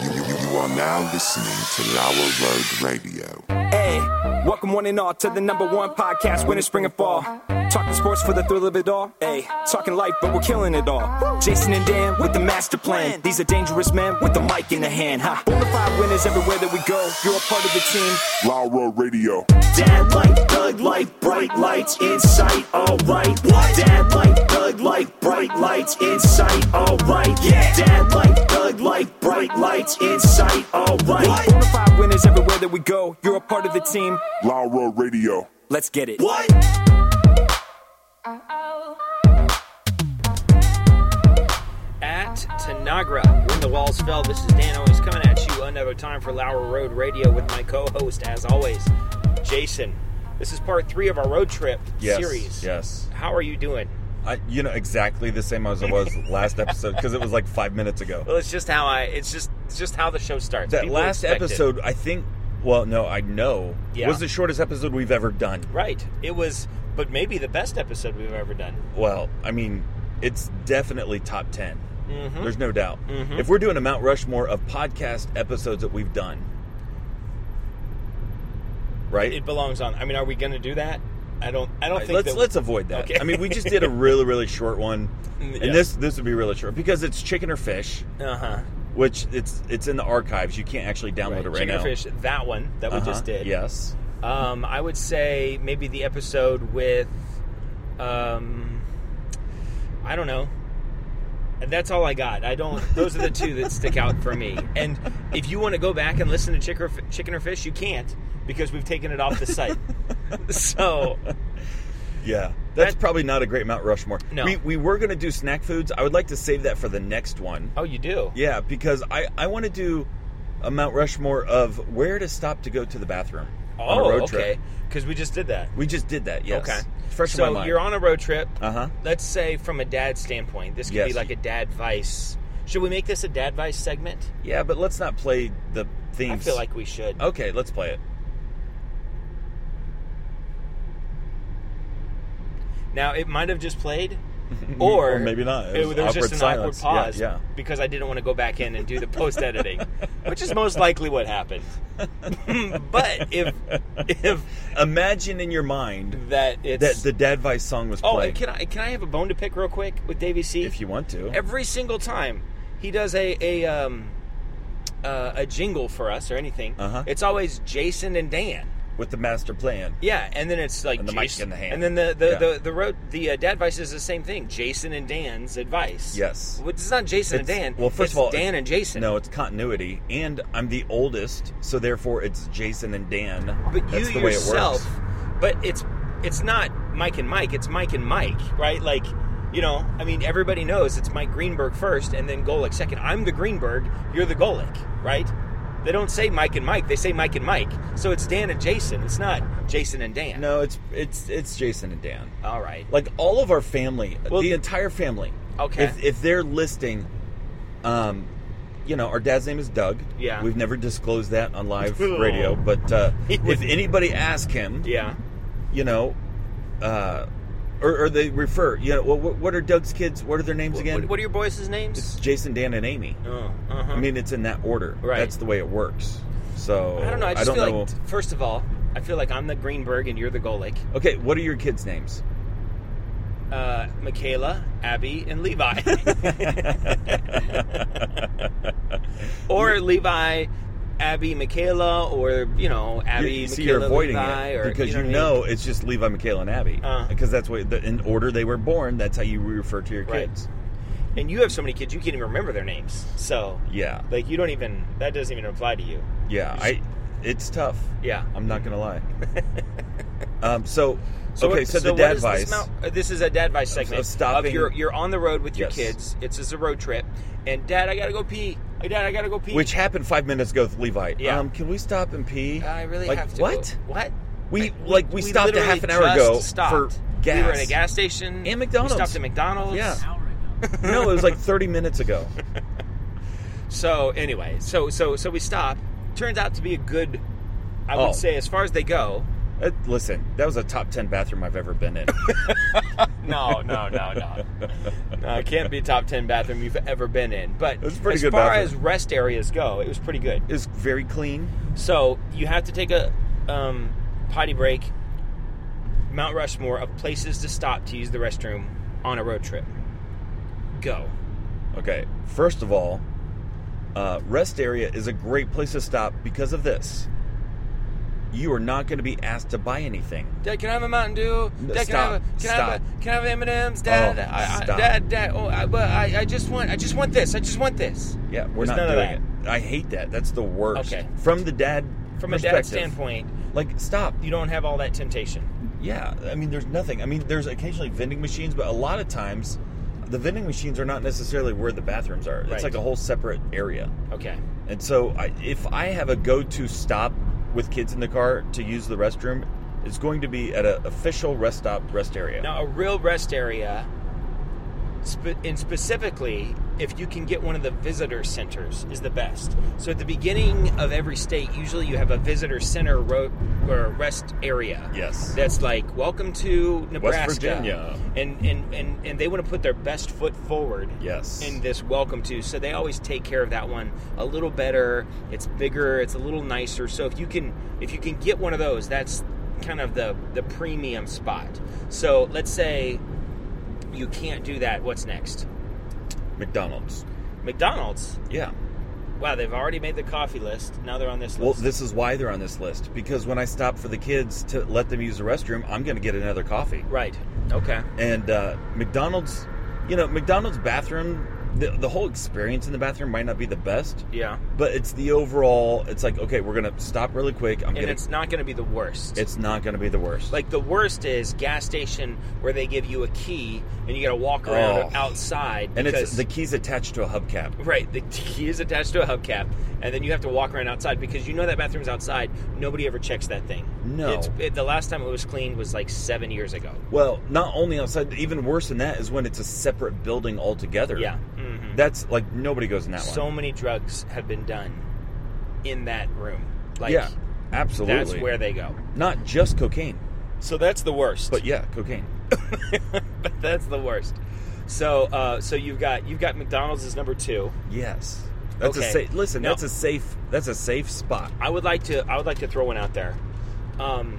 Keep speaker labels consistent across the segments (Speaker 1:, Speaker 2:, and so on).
Speaker 1: are now listening to Lower Road Radio.
Speaker 2: Hey, welcome one and all to the number one podcast, winter, spring, and fall. Talking sports for the thrill of it all. Hey, talking life, but we're killing it all. Jason and Dan with the master plan. These are dangerous men with the mic in the hand. Ha! Bonafide winners everywhere that we go. You're a part of the team.
Speaker 1: Lower Radio.
Speaker 2: Dad light, thug light, bright lights in sight, alright. Dad light, thug light, bright lights in sight, alright. Yeah. Dad light, thug light, bright lights in sight, alright. Bonafide winners everywhere that we go. You're a part of the team.
Speaker 1: Lower Radio.
Speaker 2: Let's get it.
Speaker 3: What?
Speaker 4: At Tanagra, when the walls fell, this is Dan Owens coming at you another time for Lower Road Radio with my co-host, as always, Jason. This is part three of our road trip
Speaker 5: Yes,
Speaker 4: series.
Speaker 5: yes.
Speaker 4: How are you doing?
Speaker 5: I, you know exactly the same as it was last episode because it was like five minutes ago.
Speaker 4: Well, it's just how I. It's just it's just how the show starts.
Speaker 5: That
Speaker 4: People
Speaker 5: last
Speaker 4: expect it.
Speaker 5: episode, I think. Well, no, I know
Speaker 4: Yeah.
Speaker 5: was the shortest episode we've ever done.
Speaker 4: right? It was, but maybe the best episode we've ever done.
Speaker 5: Well, I mean, it's definitely top 10
Speaker 4: Mm-hmm.
Speaker 5: There's no doubt. If we're doing a Mount Rushmore of podcast episodes that we've done, right?
Speaker 4: It belongs on. I mean, are we going to do that? I don't. I don't
Speaker 5: All right,
Speaker 4: think.
Speaker 5: let's
Speaker 4: that,
Speaker 5: let's avoid that.
Speaker 4: Okay.
Speaker 5: I mean, we just did a really really short one,
Speaker 4: Mm,
Speaker 5: and
Speaker 4: yeah.
Speaker 5: this this would be really short because it's chicken or fish,
Speaker 4: Uh huh.
Speaker 5: which it's it's in the archives. You can't actually download it right now.
Speaker 4: Chickenfish. That one that we
Speaker 5: Uh-huh,
Speaker 4: just did.
Speaker 5: Yes.
Speaker 4: Um, I would say maybe the episode with, um, I don't know. That's all I got. I don't. Those are the two that stick out for me. And if you want to go back and listen to Chick or, F- Chicken or Fish, you can't because we've taken it off the site. so
Speaker 5: Yeah. That's
Speaker 4: That-
Speaker 5: probably not a great Mount Rushmore.
Speaker 4: No.
Speaker 5: We, we were going to do snack foods. I would like to save that for the next one.
Speaker 4: oh, you do.
Speaker 5: Yeah, because I, I want to do a Mount Rushmore of where to stop to go to the bathroom on
Speaker 4: Oh,
Speaker 5: a road
Speaker 4: okay.
Speaker 5: trip.
Speaker 4: Because we just did that.
Speaker 5: We just did that, yes.
Speaker 4: Okay.
Speaker 5: Fresh
Speaker 4: so
Speaker 5: in my mind.
Speaker 4: you're on a road trip.
Speaker 5: Uh-huh.
Speaker 4: Let's say from a dad standpoint, this could
Speaker 5: Yes.
Speaker 4: be like a dad vice. Should we make this a dad vice segment?
Speaker 5: Yeah, but let's not play the themes.
Speaker 4: I feel like we should.
Speaker 5: Okay, let's play it.
Speaker 4: Now it might have just played, or,
Speaker 5: Or maybe not. It
Speaker 4: It,
Speaker 5: was
Speaker 4: there was just an
Speaker 5: awkward
Speaker 4: awkward
Speaker 5: silence.
Speaker 4: pause
Speaker 5: Yeah, yeah.
Speaker 4: because I didn't want to go back in and do the post editing, which is most likely what happened. but if if
Speaker 5: Imagine in your mind
Speaker 4: that it's
Speaker 5: that the Dad Vice song was
Speaker 4: oh,
Speaker 5: played.
Speaker 4: and can I can I have a bone to pick real quick with Davey C?
Speaker 5: if you want to.
Speaker 4: every single time he does a a um uh, a jingle for us or anything,
Speaker 5: Uh-huh.
Speaker 4: it's always Jason and Dan.
Speaker 5: with the master plan.
Speaker 4: Yeah, and then it's like
Speaker 5: And the mic
Speaker 4: Jason-
Speaker 5: in the hand.
Speaker 4: And then the the
Speaker 5: Yeah.
Speaker 4: the, the road the uh, dad advice is the same thing. Jason and Dan's advice.
Speaker 5: Yes.
Speaker 4: Well, it's not Jason
Speaker 5: It's-
Speaker 4: and Dan.
Speaker 5: Well, first
Speaker 4: it's
Speaker 5: of all,
Speaker 4: Dan
Speaker 5: it-
Speaker 4: and Jason.
Speaker 5: No, it's continuity, and I'm the oldest, so therefore it's Jason and Dan.
Speaker 4: but you
Speaker 5: That's the way it
Speaker 4: yourself.
Speaker 5: works.
Speaker 4: But it's it's not Mike and Mike. It's Mike and Mike, right? Like. You know, I mean, everybody knows it's Mike Greenberg first and then Golick second. I'm the Greenberg, you're the Golick, right? They don't say Mike and Mike, they say Mike and Mike. So it's Dan and Jason. It's not Jason and Dan.
Speaker 5: No, it's it's it's Jason and Dan.
Speaker 4: All right.
Speaker 5: Like all of our family,
Speaker 4: Well,
Speaker 5: the entire family.
Speaker 4: Okay.
Speaker 5: If, if they're listing, um, you know, our dad's name is Doug.
Speaker 4: Yeah.
Speaker 5: We've never disclosed that on live radio, but uh, if anybody asks him,
Speaker 4: Yeah.
Speaker 5: you know, uh, or, or they refer, you know, what, what are Doug's kids? What are their names again?
Speaker 4: What, what are your boys' names?
Speaker 5: It's Jason, Dan, and Amy.
Speaker 4: Oh, uh-huh.
Speaker 5: I mean, it's in that order.
Speaker 4: Right.
Speaker 5: That's the way it works. So
Speaker 4: I don't know. I just
Speaker 5: don't
Speaker 4: feel
Speaker 5: know.
Speaker 4: like, first of all, I feel like I'm the Greenberg and you're the Golick.
Speaker 5: okay, what are your kids' names?
Speaker 4: Uh, Michaela, Abby, and Levi. or Levi, Abby, Michaela, or, you know, Abby,
Speaker 5: you, see,
Speaker 4: Michaela,
Speaker 5: you're avoiding
Speaker 4: Levi,
Speaker 5: it
Speaker 4: or,
Speaker 5: because you know,
Speaker 4: what I mean?
Speaker 5: it's just Levi, Michael, and Abby.
Speaker 4: Uh.
Speaker 5: because that's what the, in order they were born. That's how you refer to your
Speaker 4: Right.
Speaker 5: kids.
Speaker 4: And you have so many kids, you can't even remember their names. So,
Speaker 5: Yeah,
Speaker 4: like, you don't even, that doesn't even apply to you.
Speaker 5: yeah. I. It's tough.
Speaker 4: Yeah.
Speaker 5: I'm not gonna lie. um. So. okay.
Speaker 4: what-
Speaker 5: So, the
Speaker 4: what
Speaker 5: dad
Speaker 4: is this
Speaker 5: vice.
Speaker 4: mount- uh, This is a dad vice segment.
Speaker 5: of stopping-
Speaker 4: you're, you're on the road with your
Speaker 5: Yes.
Speaker 4: kids. It's just a road trip, and dad, I gotta go pee. Hey, Dad, I gotta go pee.
Speaker 5: Which happened five minutes ago with Levi.
Speaker 4: Yeah.
Speaker 5: Um, can we stop and pee?
Speaker 4: I really
Speaker 5: like,
Speaker 4: have to.
Speaker 5: What?
Speaker 4: go. What?
Speaker 5: We like we, stopped a half an hour
Speaker 4: literally
Speaker 5: ago
Speaker 4: just stopped.
Speaker 5: for gas.
Speaker 4: We were at a gas station
Speaker 5: And McDonald's.
Speaker 4: We stopped at McDonald's.
Speaker 5: Yeah. no, it was like 30 minutes ago.
Speaker 4: So anyway, so so so we stop. Turns out to be a good, I
Speaker 5: Oh.
Speaker 4: would say, as far as they go,
Speaker 5: That, Uh, listen, that was a top ten bathroom I've ever been in.
Speaker 4: No, no, no, no. no it can't be a top 10 bathroom you've ever been in. But
Speaker 5: was a pretty
Speaker 4: as
Speaker 5: good
Speaker 4: far
Speaker 5: bathroom.
Speaker 4: as rest areas go, it was pretty good.
Speaker 5: it's very clean.
Speaker 4: So you have to take a um, potty break, Mount Rushmore, of places to stop to use the restroom on a road trip. Go.
Speaker 5: Okay, first of all, uh, rest area is a great place to stop because of this. You are not going to be asked to buy anything.
Speaker 4: Dad, can I have a Mountain Dew?
Speaker 5: No,
Speaker 4: Dad,
Speaker 5: stop.
Speaker 4: can I have a, can I have
Speaker 5: Stop.
Speaker 4: a, can I have M and M's? Dad,
Speaker 5: Oh,
Speaker 4: I, I,
Speaker 5: stop.
Speaker 4: Dad, Dad. Oh, I, but I, I just want, I just want this. I just want this.
Speaker 5: Yeah, we're
Speaker 4: There's
Speaker 5: not
Speaker 4: none of
Speaker 5: doing it. I hate that. That's the worst.
Speaker 4: Okay.
Speaker 5: From the dad
Speaker 4: From a
Speaker 5: perspective,
Speaker 4: dad's standpoint,
Speaker 5: Like, stop.
Speaker 4: you don't have all that temptation.
Speaker 5: Yeah, I mean, there's nothing. I mean, there's occasionally vending machines, but a lot of times the vending machines are not necessarily where the bathrooms are.
Speaker 4: Right.
Speaker 5: It's like a whole separate area.
Speaker 4: Okay.
Speaker 5: And so, I, if I have a go to stop with kids in the car to use the restroom, it's going to be at an official rest stop rest area.
Speaker 4: Now, a real rest area, spe- and specifically, if you can get one of the visitor centers, is the best. So, at the beginning of every state, usually you have a visitor center ro- or rest area.
Speaker 5: Yes.
Speaker 4: That's like, welcome to Nebraska.
Speaker 5: Virginia.
Speaker 4: And, and, and, and they want to put their best foot forward
Speaker 5: Yes.
Speaker 4: in this welcome to. So they always take care of that one a little better. It's bigger. It's a little nicer. So if you can if you can get one of those, that's kind of the the premium spot. So let's say you can't do that. What's next?
Speaker 5: McDonald's.
Speaker 4: McDonald's.
Speaker 5: Yeah.
Speaker 4: Wow, they've already made the coffee list. Now they're on this
Speaker 5: Well,
Speaker 4: list.
Speaker 5: this is why they're on this list because when I stop for the kids to let them use the restroom, I'm going to get another coffee.
Speaker 4: right. Okay.
Speaker 5: And uh, McDonald's, you know, McDonald's bathroom, the, the whole experience in the bathroom might not be the best,
Speaker 4: Yeah.
Speaker 5: but it's the overall. It's like okay, we're going to stop really quick. I'm
Speaker 4: And
Speaker 5: going
Speaker 4: it's
Speaker 5: to.
Speaker 4: not going to be the worst.
Speaker 5: It's not going to be the worst.
Speaker 4: Like the worst is gas station where they give you a key and you got to walk around
Speaker 5: Oh.
Speaker 4: outside.
Speaker 5: and it's
Speaker 4: because-
Speaker 5: the keys attached to a hubcap.
Speaker 4: Right, the key is attached to a hubcap, and then you have to walk around outside because you know that bathroom's outside. Nobody ever checks that thing.
Speaker 5: No.
Speaker 4: it's, it, the last time it was cleaned was like seven years ago.
Speaker 5: Well, not only outside, even worse than that is when it's a separate building altogether.
Speaker 4: Yeah, hmm
Speaker 5: That's like nobody goes in Mm-hmm. that
Speaker 4: so
Speaker 5: one.
Speaker 4: many drugs have been done in that room. Like,
Speaker 5: yeah, absolutely.
Speaker 4: that's where they go.
Speaker 5: not just cocaine,
Speaker 4: So that's the worst.
Speaker 5: but yeah, cocaine.
Speaker 4: but that's the worst. So, uh, so you've got you've got McDonald's is number two.
Speaker 5: Yes. That's a
Speaker 4: Okay.
Speaker 5: safe. Listen,
Speaker 4: Now-
Speaker 5: that's a safe. That's a safe spot.
Speaker 4: I would like to I would like to throw one out there. Um,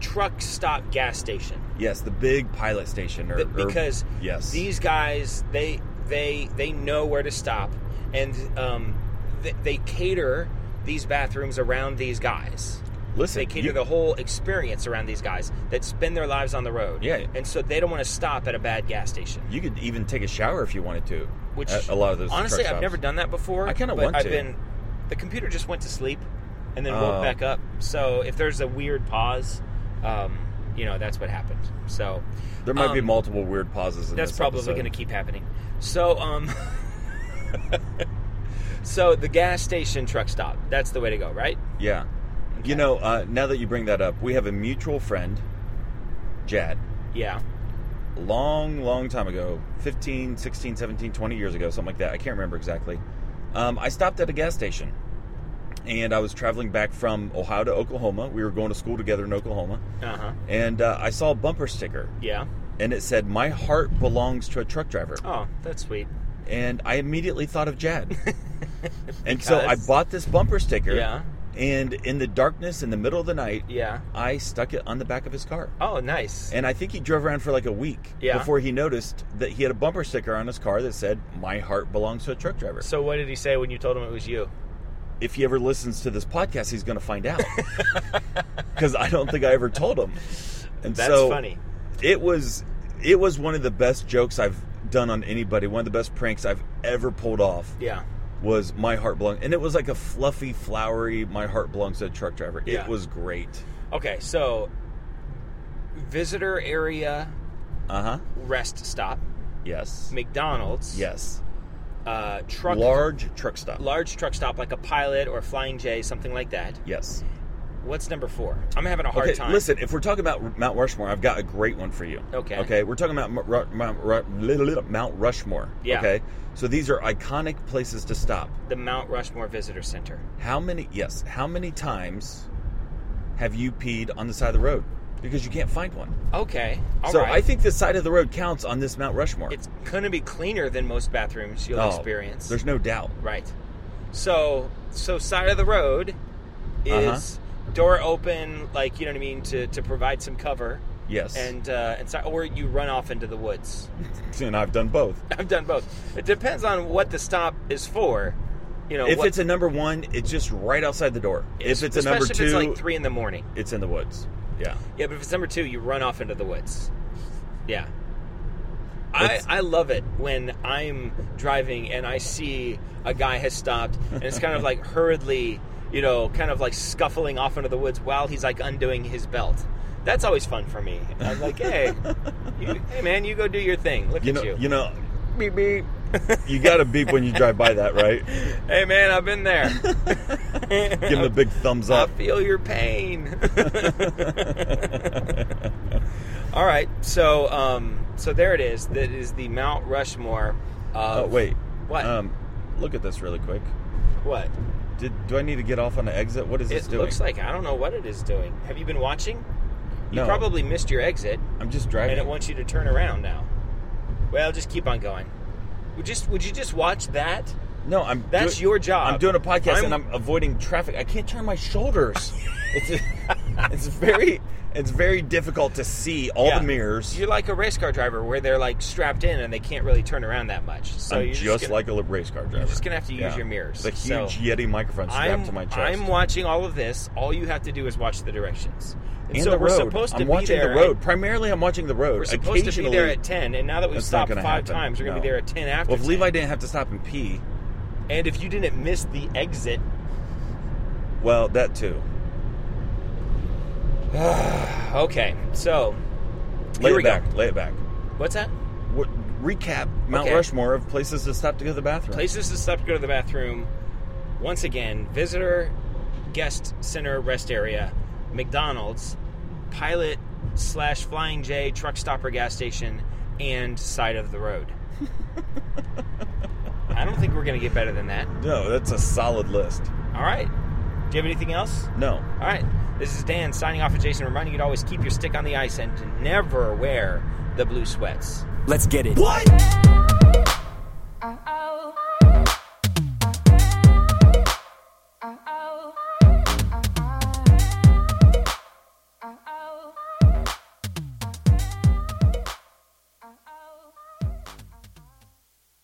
Speaker 4: truck stop gas station.
Speaker 5: Yes, the big pilot station, or,
Speaker 4: Th-
Speaker 5: or-
Speaker 4: because
Speaker 5: Er, yes,
Speaker 4: these guys they they they know where to stop and um, they, they cater these bathrooms around these guys
Speaker 5: listen,
Speaker 4: they cater
Speaker 5: you-
Speaker 4: the whole experience around these guys that spend their lives on the road
Speaker 5: Yeah.
Speaker 4: and so they don't want to stop at a bad gas station
Speaker 5: you could even take a shower if you wanted to.
Speaker 4: which
Speaker 5: at a lot of those. truck
Speaker 4: honestly i've
Speaker 5: stops.
Speaker 4: never done that before
Speaker 5: I kinda
Speaker 4: but
Speaker 5: want
Speaker 4: i've
Speaker 5: to.
Speaker 4: been the computer just went to sleep and then woke
Speaker 5: Oh.
Speaker 4: back up so if there's a weird pause um, you know that's what happened so
Speaker 5: There might be
Speaker 4: um,
Speaker 5: multiple weird pauses. in
Speaker 4: that's
Speaker 5: this
Speaker 4: probably
Speaker 5: episode.
Speaker 4: going to keep happening. So, um, so the gas station truck stop. That's the way to go, right?
Speaker 5: Yeah.
Speaker 4: Okay.
Speaker 5: You know, uh, now that you bring that up, we have a mutual friend, Jad.
Speaker 4: Yeah.
Speaker 5: long, long time ago 15, 16, 17, 20 years ago, something like that. I can't remember exactly. Um, I stopped at a gas station and I was traveling back from Ohio to Oklahoma. We were going to school together in Oklahoma.
Speaker 4: Uh huh.
Speaker 5: And uh, I saw a bumper sticker
Speaker 4: Yeah.
Speaker 5: and it said, My heart belongs to a truck driver.
Speaker 4: Oh, that's sweet.
Speaker 5: And I immediately thought of Jad. and so I
Speaker 4: Because-
Speaker 5: bought this bumper sticker.
Speaker 4: Yeah.
Speaker 5: And in the darkness, in the middle of the night,
Speaker 4: Yeah.
Speaker 5: I stuck it on the back of his car.
Speaker 4: Oh, nice.
Speaker 5: And I think he drove around for like a week
Speaker 4: Yeah.
Speaker 5: before he noticed that he had a bumper sticker on his car that said, My heart belongs to a truck driver.
Speaker 4: so, what did he say when you told him it was you?
Speaker 5: If he ever listens to this podcast, he's going to find out. Because I don't think I ever told him. And
Speaker 4: That's
Speaker 5: so
Speaker 4: funny.
Speaker 5: It was, it was one of the best jokes I've done on anybody, one of the best pranks I've ever pulled off
Speaker 4: Yeah.
Speaker 5: was My Heart Belongs. And it was like a fluffy, flowery, My Heart Belongs to a Truck Driver. It
Speaker 4: Yeah.
Speaker 5: was great.
Speaker 4: Okay. So, visitor area
Speaker 5: Uh
Speaker 4: Uh-huh.
Speaker 5: huh.
Speaker 4: rest stop,
Speaker 5: Yes.
Speaker 4: McDonald's.
Speaker 5: Yes.
Speaker 4: Uh, truck.
Speaker 5: Large truck stop.
Speaker 4: Large truck stop like a pilot or a flying J, something like that.
Speaker 5: yes.
Speaker 4: What's number four? I'm having a hard time.
Speaker 5: Listen, if we're talking about Mount Rushmore, I've got a great one for you.
Speaker 4: Okay.
Speaker 5: Okay. We're talking about Mount Ru- Mount, Ru- little- little- Mount Rushmore.
Speaker 4: Yeah.
Speaker 5: Okay. So these are iconic places to stop.
Speaker 4: the Mount Rushmore Visitor Center.
Speaker 5: How many? Yes. How many times have you peed on the side of the road? Because you can't find one.
Speaker 4: Okay. all right.
Speaker 5: so I think the side of the road counts on this Mount Rushmore.
Speaker 4: it's gonna be cleaner than most bathrooms you'll
Speaker 5: Oh,
Speaker 4: experience.
Speaker 5: There's no doubt.
Speaker 4: Right. So so side of the road
Speaker 5: Uh-huh.
Speaker 4: is door open, like you know what I mean, to, to provide some cover,
Speaker 5: Yes.
Speaker 4: and uh, and si- or you run off into the woods.
Speaker 5: and I've done both.
Speaker 4: I've done both. It depends on what the stop is for. You know,
Speaker 5: If
Speaker 4: what,
Speaker 5: it's a number one, it's just right outside the door. If it's a
Speaker 4: especially
Speaker 5: number two,
Speaker 4: if
Speaker 5: it's,
Speaker 4: it's like three in the morning.
Speaker 5: in the woods. Yeah.
Speaker 4: Yeah, but if it's number two, you run off into the woods. Yeah. I,
Speaker 5: It's-
Speaker 4: I love it when I'm driving and I see a guy has stopped and it's kind of like hurriedly, you know, kind of like scuffling off into the woods while he's like undoing his belt. That's always fun for me. I'm like, hey, you, hey man, you go do your thing. Look
Speaker 5: You
Speaker 4: at
Speaker 5: know.
Speaker 4: you.
Speaker 5: You know. Beep beep. you got to beep when you drive by that, right?
Speaker 4: Hey man, I've been there.
Speaker 5: Give him the big thumbs
Speaker 4: I
Speaker 5: up.
Speaker 4: feel your pain. All right, so um, so there it is. That is the Mount Rushmore. Of,
Speaker 5: Oh wait.
Speaker 4: what?
Speaker 5: Um, look at this really quick.
Speaker 4: what?
Speaker 5: Did do I need to get off on the exit? What is
Speaker 4: It
Speaker 5: this doing?
Speaker 4: looks like I don't know what it is doing. Have you been watching? You
Speaker 5: No.
Speaker 4: probably missed your exit,
Speaker 5: I'm just driving.
Speaker 4: and it wants you to turn around now. Well, just keep on going. Would just would you just watch that?
Speaker 5: no, I'm.
Speaker 4: That's
Speaker 5: doing-
Speaker 4: your job.
Speaker 5: I'm doing a podcast
Speaker 4: I'm-
Speaker 5: and I'm avoiding traffic. I can't turn my shoulders. it's, it's very it's very difficult to see all
Speaker 4: Yeah.
Speaker 5: the mirrors.
Speaker 4: You're like a race car driver where they're like strapped in and they can't really turn around that much. So
Speaker 5: I'm
Speaker 4: you're
Speaker 5: just,
Speaker 4: gonna-
Speaker 5: like a li- race car driver.
Speaker 4: just gonna have to use your mirrors.
Speaker 5: The
Speaker 4: So-
Speaker 5: huge Yeti microphone strapped
Speaker 4: I'm,
Speaker 5: to my chest.
Speaker 4: I'm watching all of this. All you have to do is watch the directions. And,
Speaker 5: and
Speaker 4: so
Speaker 5: the
Speaker 4: we're
Speaker 5: road.
Speaker 4: supposed to
Speaker 5: I'm
Speaker 4: be
Speaker 5: watching
Speaker 4: there.
Speaker 5: the road.
Speaker 4: At,
Speaker 5: Primarily, I'm watching the road.
Speaker 4: we're supposed to be
Speaker 5: Occasionally,
Speaker 4: there at ten, and now that we've
Speaker 5: that's not
Speaker 4: stopped
Speaker 5: gonna
Speaker 4: five
Speaker 5: happen.
Speaker 4: times, we're going to
Speaker 5: No.
Speaker 4: be there at ten after.
Speaker 5: Well, if
Speaker 4: 10.
Speaker 5: Levi didn't have to stop and pee,
Speaker 4: and if you didn't miss the exit,
Speaker 5: well, that too.
Speaker 4: okay. So
Speaker 5: Lay
Speaker 4: Here we
Speaker 5: it
Speaker 4: go.
Speaker 5: back. Lay it back.
Speaker 4: what's that?
Speaker 5: What, recap Mount
Speaker 4: Okay.
Speaker 5: Rushmore of places to stop to go to the bathroom.
Speaker 4: Places to stop to go to the bathroom. Once again, visitor, guest center, rest area, McDonald's, Pilot slash Flying J truck stopper gas station, and side of the road. I don't think we're going to get better than that.
Speaker 5: No, that's a solid list.
Speaker 4: All right. Do you have anything else?
Speaker 5: No.
Speaker 4: All right. This is Dan signing off with Jason, reminding you to always keep your stick on the ice and to never wear the blue sweats.
Speaker 2: Let's get it. What?